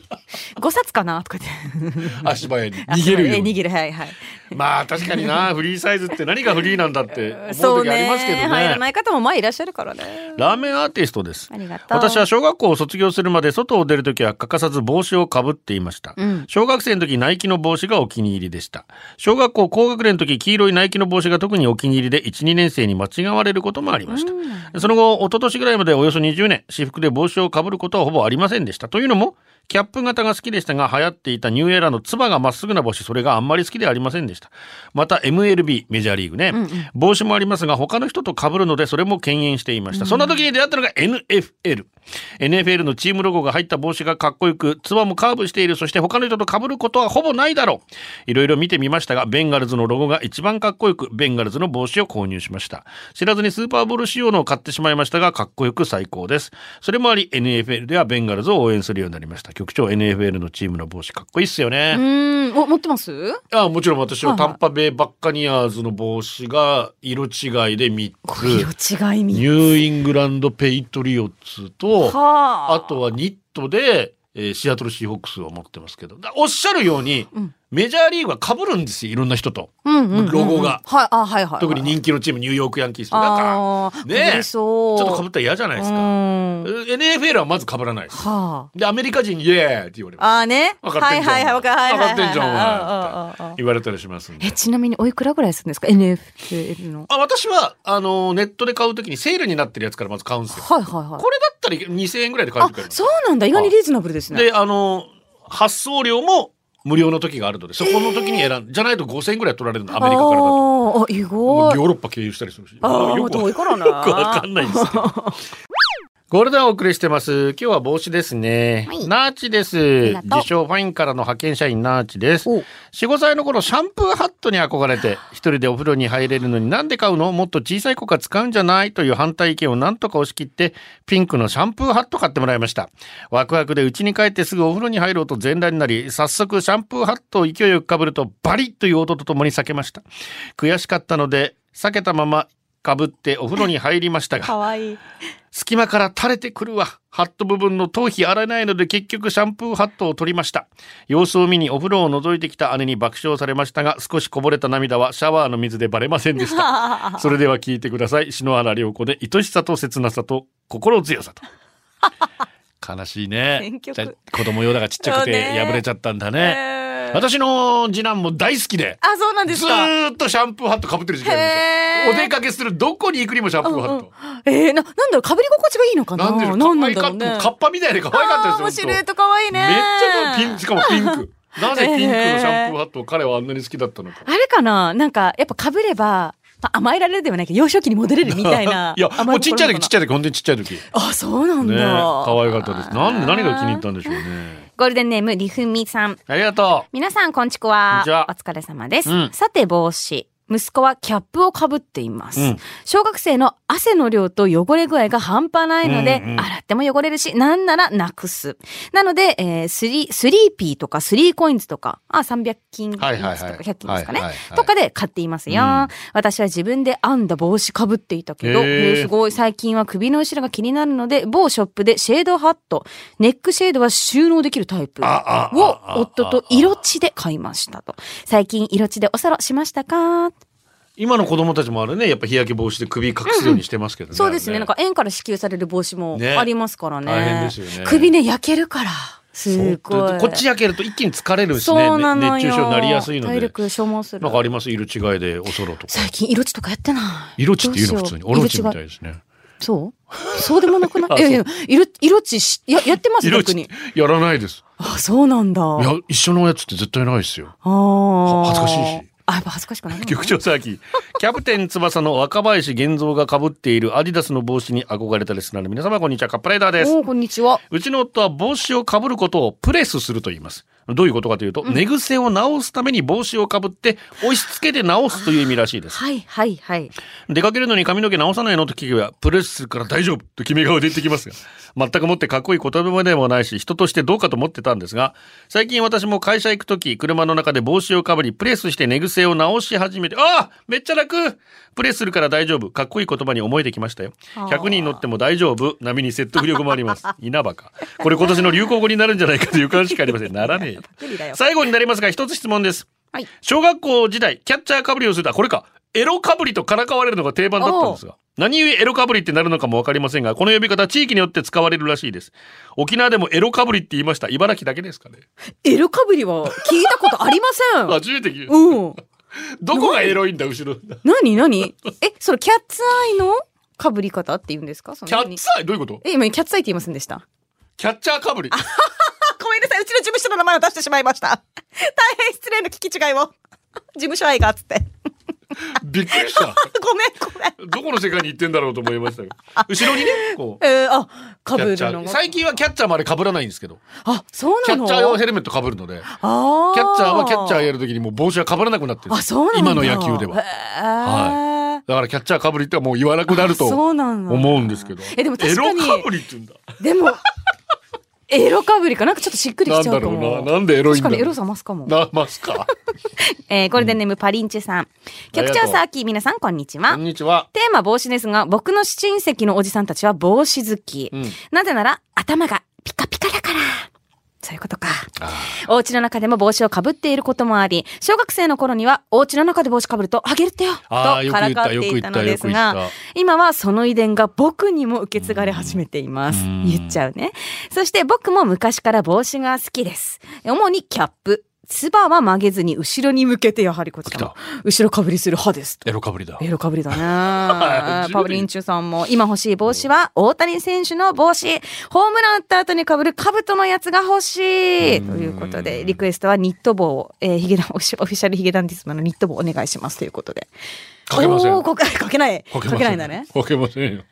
S2: 5冊かなとか言って
S1: 足早に逃げる
S2: あ
S1: よ
S2: そううね
S1: に。
S2: 逃げるはいはい
S1: まあ確かに な、フリーサイズって何がフリーなんだって思
S2: そう
S1: 時あり
S2: ね
S1: ますけどね。
S2: 入らない方もまあいらっしゃるからね
S1: ラーメンアーティストです
S2: あ。りがとう
S1: 私は小学校を卒業するまで外を出るときは欠かさず帽子をかぶっていました、
S2: うん
S1: 小学生の時ナイキの帽子がお気に入りでした小学校高学年の時黄色いナイキの帽子が特にお気に入りで12年生に間違われることもありました、その後一昨年ぐらいまでおよそ20年私服で帽子をかぶることはほぼありませんでしたというのもキャップ型が好きでしたが流行っていたニューエラーのつばがまっすぐな帽子それがあんまり好きではありませんでしたまた MLB メジャーリーグね、帽子もありますが他の人と被るのでそれも敬遠していました、そんな時に出会ったのが NFL NFL のチームロゴが入った帽子がかっこよくつばもカーブしているそして他の人と被ることはほぼないだろういろいろ見てみましたがベンガルズのロゴが一番かっこよくベンガルズの帽子を購入しました知らずにスーパーボール仕様のを買ってしまいましたがかっこよく最高ですそれもあり NFL ではベンガルズを応援するようになりました局長 NFL のチームの帽子かっこいいっすよね、
S2: うんお持ってます
S1: ああもちろん私は
S2: はいは
S1: タ
S2: い
S1: ンパベイバッカニアーズの帽子が色違いで3つ、
S2: 色違い
S1: ニ
S2: み
S1: ューイングランドペイトリオッツと、
S2: は
S1: あとはニットで、えーシアトルシーホークスを持ってますけど、だおっしゃるように、
S2: うん
S1: メジャーリーグは被るんですよ、いろんな人と。
S2: うんうんうんうん
S1: ロゴが
S2: はいあはいはいはい
S1: 特に人気のチーム、ニューヨークヤンキースと。だから、
S2: あー
S1: ねえ
S2: かぶりそう
S1: ちょっと被ったら嫌じゃないですか。
S2: うん
S1: えー NFL はまず被らないです。
S2: は
S1: で、アメリカ人、イエーイって言われます。
S2: ああーね
S1: わかってんじゃん
S2: はいはいはいわかはいはいはい
S1: わかってんじゃんお前
S2: あーあーあー
S1: 言われたりしますんで
S2: え。ちなみにおいくらぐらいするんですか NFL の
S1: あ私は、あのーネットで買うときにセールになってるやつからまず買うんですよ。
S2: はいはいはい
S1: これだったら2000円ぐらいで買え
S2: あ
S1: るから。
S2: そうなんだ意外にリーズナブルですね
S1: で、あの、発送料も無料の時があるので、そこの時に選ん、じゃないと5000円ぐらい取られるの、アメリカからだと。
S2: あーあ意
S1: もう
S2: 外
S1: ヨーロッパ経由したりするし。
S2: ああ
S1: よくわ
S2: 遠いからな
S1: よくわかんないんですけど。ゴールデンをお送りしてます。今日は帽子ですね。ナーチです。
S3: がとう
S1: 自称ファインからの派遣社員ナーチです。4、5歳の頃、シャンプーハットに憧れて、一人でお風呂に入れるのになんで買うのもっと小さい子が使うんじゃないという反対意見をなんとか押し切って、ピンクのシャンプーハット買ってもらいました。ワクワクで家に帰ってすぐお風呂に入ろうと全裸になり、早速シャンプーハットを勢いよくかぶると、バリッという音とともに避けました。悔しかったので、避けたまま、かぶってお風呂に入りましたが、
S2: かわいい
S1: 隙間から垂れてくるわ。ハット部分の頭皮洗えないので結局シャンプーハットを取りました。様子を見にお風呂を覗いてきた姉に爆笑されましたが、少しこぼれた涙はシャワーの水でバレませんで した。それでは聞いてください。篠原涼子で愛しさと切なさと心強さと。悲しいね
S2: 選。曲
S1: じゃあ子供用だからちっちゃく
S2: そう
S1: て
S2: ね
S1: 破れちゃったんだね。
S2: えー
S1: 私の次男も大好きで、
S2: あそうなんで
S1: ず
S2: すか
S1: ーっとシャンプーハット被ってる時期ありました。
S2: へー
S1: お出かけするどこに行くにもシャンプーハット。
S2: えー、ななんだろうかぶり心地がいいのかな
S1: なんでる
S2: なん
S1: 可
S2: な
S1: 愛
S2: んだ
S1: か
S2: ろ
S1: っ
S2: う
S1: た
S2: ね
S1: カッパみたいで可愛かった
S2: あ
S1: ですよ
S2: ーもう
S1: 本当
S2: シルエット可愛いね
S1: めっちゃピンしかもピンクなぜピンクのシャンプーハットを彼はあんなに好きだったのか
S2: あれかななんかやっぱかぶれば、まあ、甘えられるではないけど幼少期に戻れるみたいな。
S1: いやもうちっちゃい時ちっち
S2: ゃい。
S1: ゃい時本当にちっちゃい時ね
S2: あそうなんだ。
S1: 可愛かったですなんで何が気に入ったんでしょうね
S3: ゴールデンネームりふみさん
S1: ありがと
S3: 皆さんこんちこ
S1: こん
S3: は
S1: にちは
S3: お疲れ様です、
S1: うん
S3: さて帽子
S2: 息子はキャップをかぶっています、
S1: うん
S2: 小学生の汗の量と汚れ具合が半端ないので、
S1: うんうん
S2: 洗っても汚れるし、なんならなくす。なので、えースリー、スリーピーとかスリーコインズとか、あ、300均と
S1: う
S2: か
S1: はい
S2: 100均
S1: はい
S2: です
S1: は
S2: か
S1: い
S2: ね、
S1: はいはいはい
S2: とかで買っていますよ、
S1: うん
S2: 私は自分で編んだ帽子かぶっていたけど、
S1: へー
S2: えーすごい最近は首の後ろが気になるので某ショップでシェードハットネックシェードは収納できるタイプ
S1: あああ
S2: を
S1: ああ
S2: 夫と色地で買いましたと最近色地でおさらしましたか
S1: 今の子供たちもあれねやっぱ日焼け防止で首隠すようにしてますけどね
S2: そうですね
S1: あれ
S2: なんか円から支給される帽子も
S1: ね
S2: ありますからね
S1: 大変ですよね
S2: 首ね焼けるからすご
S1: そう
S2: い
S1: こっち焼けると一気に疲れるしね
S2: そうな
S1: ね
S2: のよ
S1: 熱中症になりやすいの
S2: 体
S1: で
S2: 力消耗する
S1: なんかあります色違いでおそろとか
S2: 最近色地とかやってない
S1: 色地っていうの
S2: ど
S1: 普
S2: し
S1: 通
S2: よ
S1: にオロチみた
S2: 色地が
S1: いですね
S2: そうそうでもなくな
S1: あ
S2: いいやいや、色、色地し、や、やってます
S1: 色
S2: 逆
S1: 地
S2: に。
S1: やらないです
S2: あ、そうなんだ。
S1: い
S2: あ
S1: や一緒のやつって絶対ないですよ
S2: あー。
S1: 恥ずかしいし
S3: あ、やっぱ恥ずかしくない。
S1: 局長佐々木キャプテン翼の若林源三がかぶっているアディダスの帽子に憧れたリスナーの皆様こんにちはカップライダーです
S3: おーこんにちは。
S1: うちの夫は帽子をかぶることをプレスすると言います。どういうことかというと、寝癖を直すために帽子をかぶって押し付けて直すという意味らしいです。
S2: はいはいはい。
S1: 出かけるのに髪の毛直さないのと聞けば、プレスするから大丈夫と決め顔で言ってきますが、全くもってかっこいい言葉でもないし、人としてどうかと思ってたんですが、最近私も会社行くとき、車の中で帽子をかぶり、プレスして寝癖を直し始めて、ああめっちゃ楽プレスするから大丈夫かっこいい言葉に思えてきましたよ。100人乗っても大丈夫波に説得力もあります。 稲葉か。これ今年の流行語になるんじゃないかという感しかありません。ならねえよ。最後になりますが、一つ質問です。
S2: はい
S1: 小学校時代、キャッチャーかぶりをすると、あこれか、エロかぶりとからかわれるのが定番だったんですが、何故エロかぶりってなるのかもわかりませんが、この呼び方、地域によって使われるらしいです。沖縄でもエロかぶりって言いました。茨城だけですかね。
S3: エロかぶりは聞いたことありませ ん。
S1: 初めて聞いた
S3: うん。
S1: どこがエロいんだ、後ろ。キ
S3: なになにえ、それキャッツアイのかぶり方って言うんですかその
S1: ャ
S3: 何
S1: ッツアイどういうこと
S3: え、今キャッツアイって言いませんで した
S1: キャッチャーかぶり。
S3: あ、ごめんなさい。うちの事務所の名前を出してしまいました。大変失礼の聞き違いを。 事務所愛が、つって。
S1: びっくりした。
S3: ごめん、ごめん。
S1: どこの世界に行ってんだろうと思いました よ。後ろにね、こう。
S3: えー、あ、か
S1: キャ
S3: ぶ
S1: ッチャ
S3: るの
S1: ー
S3: が。
S1: 最近はキャッチャーまで被らないんですけど、
S3: あ、そう
S1: キャ
S3: な
S1: ッ
S3: の
S1: チャー用ヘルメット被るので、
S3: あ
S1: キャッチャーはキャッチャー
S3: や
S1: やるときにもう帽子は被らなくなってる。
S3: あ、そうなんだ
S1: 今の野球では。
S3: は
S1: だからキャッチャー被りってもう言わなくなると
S3: そうなんだ
S1: 思うんですけど。
S3: えでも確かに
S1: エロ被りって言うんだ。
S3: い。でも、エロかぶりかなんかちょっとしっくり
S1: な
S3: き
S1: ん
S3: ちゃ
S1: だ
S3: うか
S1: ろ
S3: も。
S1: うな。なんでエロいん
S3: 確
S1: だろ
S3: かに
S1: う。
S3: エロさますかも。
S1: な、ますか。
S2: えー、ゴールデンネームパリンチュさん。局
S1: ありがと
S2: 長
S1: う
S2: さあき、皆さんこんにちは。
S1: こんにちは。
S2: テーマ帽子ですが、僕の親戚のおじさんたちは帽子好き。
S1: ん
S2: なぜなら、頭がピカピカだから。そういうことか。お家の中でも帽子をかぶっていることもあり、小学生の頃には、お家の中で帽子かぶると、あげるってよと
S1: あーよく
S2: か
S1: 言
S2: ら
S1: った
S2: かっていたのです
S1: よく言
S2: が
S1: ったよく、
S2: 今はその遺伝が僕にも受け継がれ始めています。言っちゃうね。そして僕も昔から帽子が好きです。主にキャップ。つばは曲げずに後ろに向けてやはりこちらも後ろかぶりする派ですと
S1: エロ被りだ。。
S2: エロかぶりだね パブリンチュさんも、今欲しい帽子は、大谷選手の帽子。ホームラン打った後に被る兜のやつが欲しい。ということで、リクエストはニット帽を、えー、ヒゲダン、オフィシャルヒゲダンディズムのニット帽お願いしますということで。
S1: かけません
S3: おーこかけない。か
S1: かけ
S3: け
S1: ません
S3: ないんだね。
S1: かけませんよ。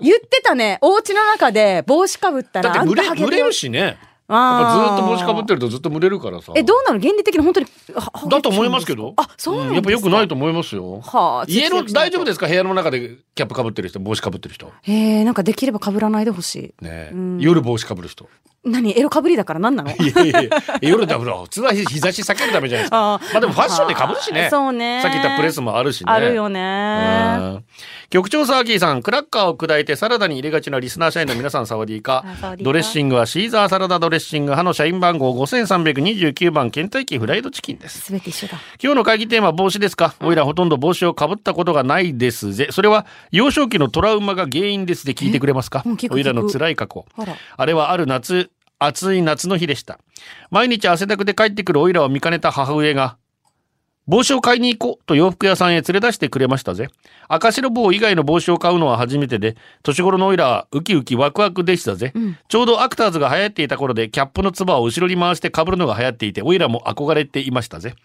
S3: 言ってたね。お家の中で帽子かぶった
S1: だ
S3: ら、
S1: って蒸れ、
S3: あんたハゲ
S1: 蒸れるしね。やっぱず
S3: あ
S1: っ
S3: ー
S1: と帽子被ってるとずっと蒸れるからさ。
S3: え、どうなの原理的に本当に。はハゲてるんですか
S1: だと思いますけど。
S3: あ、そうなんですか
S1: やっぱ良くないと思いますよ。
S3: はあ
S1: 家の、
S3: 節約しな
S1: 大
S3: いと
S1: 丈夫ですか部屋の中でキャップ被ってる人、帽子被ってる人。ね
S3: えー、なんかできれば被らないでほし
S1: え夜帽子被る 人。
S3: い。何エロかぶりだから何な の
S1: いやいやいや夜だ、ほら、普通は日日差し避けるためじゃないですか。
S3: あ
S1: まあでもファッションで被るしね。
S3: そうね
S1: さっき言ったプレスもあるしね。
S3: あるよ
S1: う
S3: ね。
S1: ん局長サーキーさん、クラッカーを砕いてサラダに入れがちなリスナー社員の皆さん、サワディーか
S2: あサワディー。カ
S1: ドレッシングはシーザーサラダドレッシング派の社員番号5329番、ケンタッキーフライドチキンです。
S2: すべて一緒だ。
S1: 今日の会議テーマは帽子ですか、おいらほとんど帽子をかぶったことがないですぜ。それは幼少期のトラウマが原因ですで聞いてくれますか
S3: うん聞く聞く
S1: おいらの辛い過去。
S3: ほら。
S1: あれはある夏、暑い夏の日でした。毎日汗だくで帰ってくるオイラを見かねた母上が、帽子を買いに行こうと洋服屋さんへ連れ出してくれましたぜ。赤白帽以外の帽子を買うのは初めてで、年頃のオイラはウキウキワクワクでしたぜ。ちょうどアクターズが流行っていた頃で、キャップのつばを後ろに回して被るのが流行っていて、オイラも憧れていましたぜ。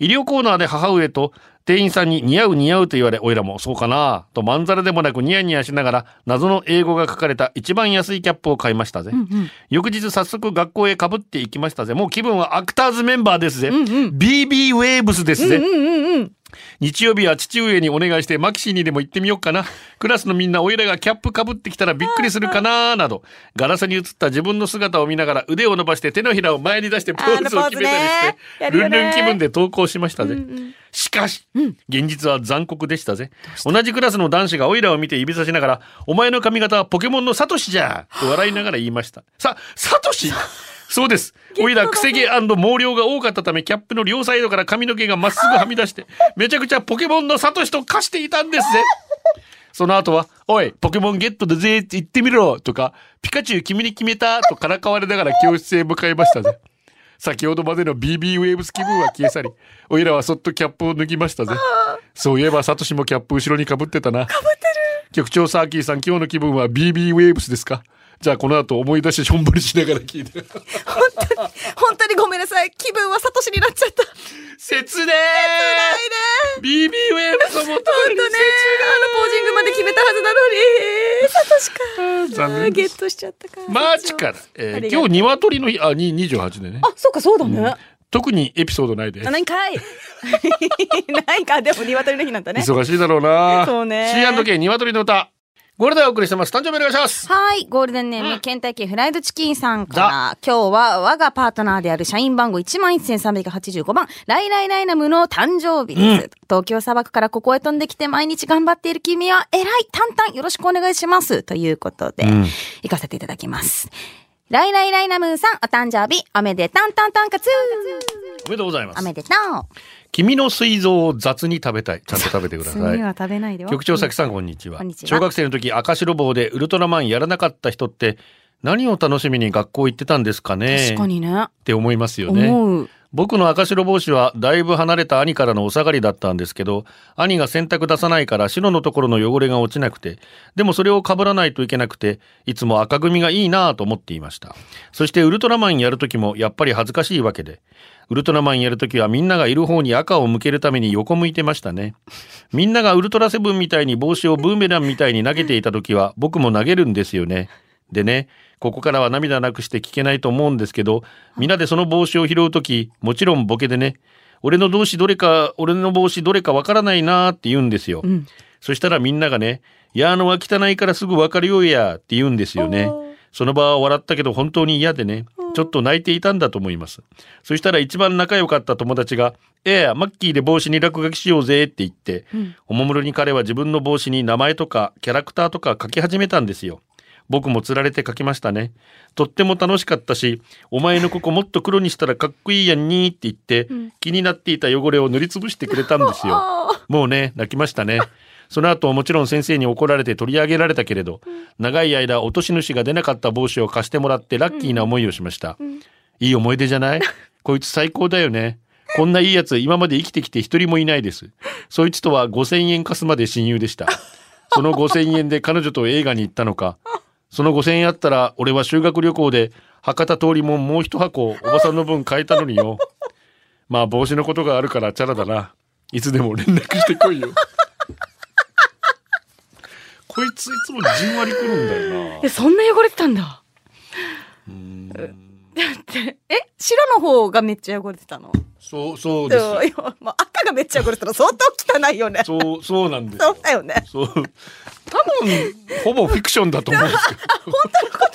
S1: 医療コーナーで母上と店員さんに似合う似合うと言われ、オイラもそうかなぁとまんざらでもなくニヤニヤしながら、謎の英語が書かれた一番安いキャップを買いましたぜ。翌日早速学校へかぶっていきましたぜ。もう気分はアクターズメンバーですぜ。BB ウェーブスですぜ。日曜日は父上にお願いしてマキシーにでも行ってみようかな。クラスのみんなおいらがキャップかぶってきたらびっくりするかななど、ガラスに映った自分の姿を見ながら腕を伸ばして手のひらを前に出してポーズを決めたりして、ルンルン気分で投稿しましたぜ。しかし、現実は残酷でしたぜ。同じクラスの男子がオイラを見て指差しながら、お前の髪型はポケモンのサトシじゃと笑いながら言いました。さ、サトシそうです。オイラ、くせ毛毛量が多かったため、キャップの両サイドから髪の毛がまっすぐはみ出して、めちゃくちゃポケモンのサトシと化していたんですぜ。その後は、おい、ポケモンゲットだぜって言ってみろとか、ピカチュウ君に決めたとからかわれながら教室へ向かいましたぜ。先ほどまでの BB ウェーブス気分は消え去り、おいらはそっとキャップを脱ぎましたぜ。そういえば、サトシもキャップ後ろにかぶってたな。局長サーキーさん、今日の気分は BB ウェーブスですかじゃあこの後思い出してしょんぼりしながら聞いて。
S3: 本当にごめんなさい気分はサトシになっちゃった
S1: 切ねー !BB ウェーブの元に
S3: ねあのポージングまで決めたはずなのに サトシか
S1: 残念
S3: あーゲ
S1: で
S3: ットしちゃったか
S1: マジから。え
S3: あ
S1: ー、
S3: りが
S1: 今
S3: とう
S1: 日鶏の日、あ、に28でね。
S3: あそうかそうだね、
S1: 特にエピソードないです
S3: あ。ないんかい ないかでも鶏の日なんだね
S1: 忙しいだろうな。
S3: そうね
S1: C&K 鶏の歌。ゴールデンお送りしてます。誕生日お願いします。
S2: はい。ゴールデンネーム、ケンタッキーフライドチキンさんから、今日は我がパートナーである社員番号11,385番、ライライライナムの誕生日です。東京砂漠からここへ飛んできて毎日頑張っている君は偉いタンタンよろしくお願いします。ということで、行かせていただきます。ライライライナムーさん、お誕生日、おめでたんたんたんかつ
S1: おめでとうございま
S2: お
S1: す
S2: め。でとう
S1: 君の膵臓を雑に食べたい。ちゃんと食べてくだ さい。
S3: 食べないで
S1: 局長崎さんこんにちは
S2: こんにちは
S1: 小学生の時赤白帽でウルトラマンやらなかった人って何を楽しみに学校行ってたんですかね
S2: 確かにね。
S1: って思いますよね
S2: 思う。
S1: 僕の赤白帽子はだいぶ離れた兄からのお下がりだったんですけど兄が洗濯出さないから白のところの汚れが落ちなくてでもそれをかぶらないといけなくていつも赤組がいいなぁと思っていましたそしてウルトラマンやる時もやっぱり恥ずかしいわけでウルトラマンやる時はみんながいる方に赤を向けるために横向いてましたねみんながウルトラセブンみたいに帽子をブーメランみたいに投げていた時は僕も投げるんですよね。でね、ここからは涙なくして聞けないと思うんですけど、みんなでその帽子を拾う時、もちろんボケでね、俺の帽子どれか、俺の帽子どれかわからないなーって言うんですよ。そしたらみんながね、いやあのは汚いからすぐわかるよやって言うんですよね。その場は笑ったけど本当に嫌でね、ちょっと泣いていたんだと思います。そしたら一番仲良かった友達が、ええ、マッキーで帽子に落書きしようぜって言って、おもむろに彼は自分の帽子に名前とかキャラクターとか書き始めたんですよ。僕も釣られて書きましたね。とっても楽しかったし、お前のここもっと黒にしたらかっこいいやんにーって言って、気になっていた汚れを塗りつぶしてくれたんですよ。もうね、泣きましたね。その後もちろん先生に怒られて取り上げられたけれど、長い間落とし主が出なかった帽子を貸してもらってラッキーな思いをしました。いい思い出じゃないこいつ最高だよね。こんないいやつ今まで生きてきて一人もいないです。そいつとは5000円貸すまで親友でした。その5000円で彼女と映画に行ったのか。その5000円あったら俺は修学旅行で博多通りもんもう一箱おばさんの分買えたのに よ。まあ帽子のことがあるからチャラだな。いつでも連絡してこい よ。こいついつもじんわりくるんだよな。
S3: えそんな汚れてたんだ
S2: え、白の方がめっちゃ汚れてたの
S1: そう、そう
S2: で
S1: です。
S2: も、いやまあ赤がめっちゃ汚れてたら相当汚いよね。
S1: そう、そうなんです
S2: そ
S1: よ
S2: う。だよね。
S1: そう。多分、ほぼフィクションだと思うんですけど。本当のことと思っ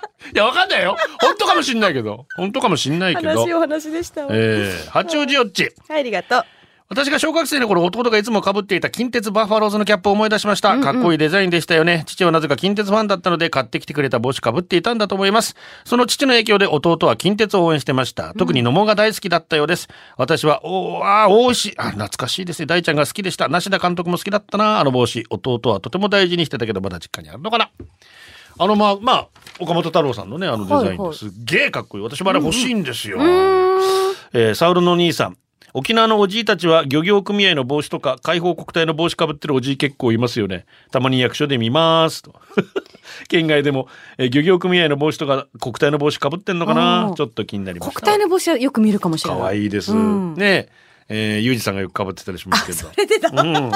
S1: た。いや、わかんないよ。本当かもしんないけど。本当かもしんないけど
S3: 話。お話でしたわはい
S1: えー、八王子よっち。
S3: ありがとう
S1: 私が小学生の頃、弟がいつも被っていた近鉄バファローズのキャップを思い出しました。かっこいいデザインでしたよね。父はなぜか近鉄ファンだったので、買ってきてくれた帽子被っていたんだと思います。その父の影響で弟は近鉄を応援してました。特に野茂が大好きだったようです。私は、おー、あー、大石、あ、懐かしいですね。大ちゃんが好きでした。梨田監督も好きだったな、あの帽子。弟はとても大事にしてたけど、まだ実家にあるのかな。あの、まあ、まあ、岡本太郎さんのね、あのデザインですっげえかっこいい。私もあれ欲しいんですよ。えーサウルの兄さん。沖縄のおじいたちは漁業組合の帽子とか海邦国体の帽子かぶってるおじい結構いますよね。たまに役所で見ますと。 県外でも、えー漁業組合の帽子とか国体の帽子かぶってんのか
S2: あ
S1: な
S2: ー
S1: ちょっと気になりま
S2: 国
S1: した。
S2: 体の帽子はよく見るかもしれ
S1: か
S2: ない。
S1: わいいです。
S2: うん
S1: ねえ、えー、ゆうじさんがよくかぶってたりしますけど。それでだ。うん。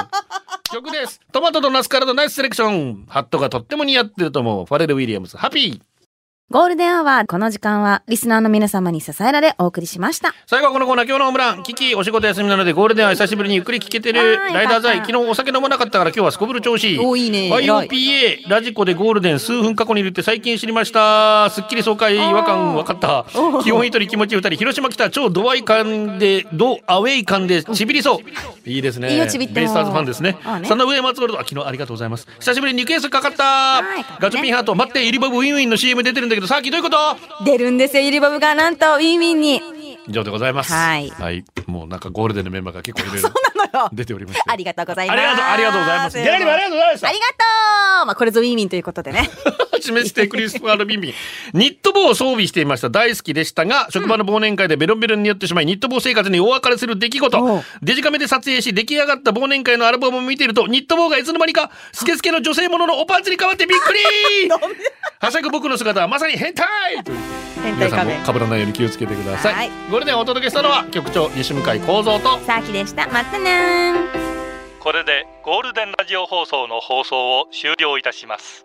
S1: 曲です。トマトとナスからのナイスセレクション。ハットがとっても似合ってると思う。ファレル・ウィリアムス、ハッピー。
S2: ゴールデンアワー、この時間は、リスナーの皆様に支えられお送りしました。
S1: 最後はこのコーナー、今日のホームラン。キキ、お仕事休みなので、ゴールデンは久しぶりにゆっくり聞けてる。
S2: はい
S1: ライダー
S2: よ
S1: 剤、
S2: かっ
S1: 昨
S2: た
S1: 日お酒飲まなかったから今日はすこぶる調子いい。
S2: おいいね偉い
S1: YOPA、ラジコでゴールデン数分過去にいるって最近知りました。すっきり爽快、違和感分かった。気温一人気持ち二人、広島来た超ドアイ感で、ドアウェイ感で、ちびりそう。いいですね。
S2: いいよちびっても
S1: ベイスターズファンですね。
S2: ああね
S1: その上松ゴールド、あ、昨日ありがとうございます。久しぶりにリクエストかかった
S2: はい。
S1: ガチョピンハート、待って、イリボブウィンウィンの CM 出てるんだけど、さっきどういうこと
S2: 出るんですよ、イリバブが、なんと、ウィンウィン に。
S1: 以上でございます。
S2: はい
S1: もうなんかゴールデンのメンバーが結構いろいろ出ておりました。
S2: ありがとうございま
S1: あ
S2: す。
S1: りがとう、ありがとうございます。
S2: あ
S1: ギ
S2: り
S1: ャラリーもありがとうございました
S2: がとうまあ、これぞウィンウィンということでね。
S1: ち示してクリスマルビンビン。ニット帽を装備していました。大好きでしたが、職場の忘年会でベロンベロンに寄ってしまい、ニット帽生活にお別れする出来事。デジカメで撮影し、出来上がった忘年会のアルバムを見ていると、ニット帽がいつの間にか、スケスケの女性もののおパンツに変わってびっくりはしゃぐ僕の姿はまさに変態という
S4: 変
S1: 皆
S4: 態
S1: さ
S4: 仮
S1: んも
S4: 面。
S1: 被らないように気をつけてください。
S4: はい
S1: これでお届けしたのは、局長西向井幸三と、
S4: さあきでした。またねー。
S5: これでゴールデンラジオ放送の放送を終了いたします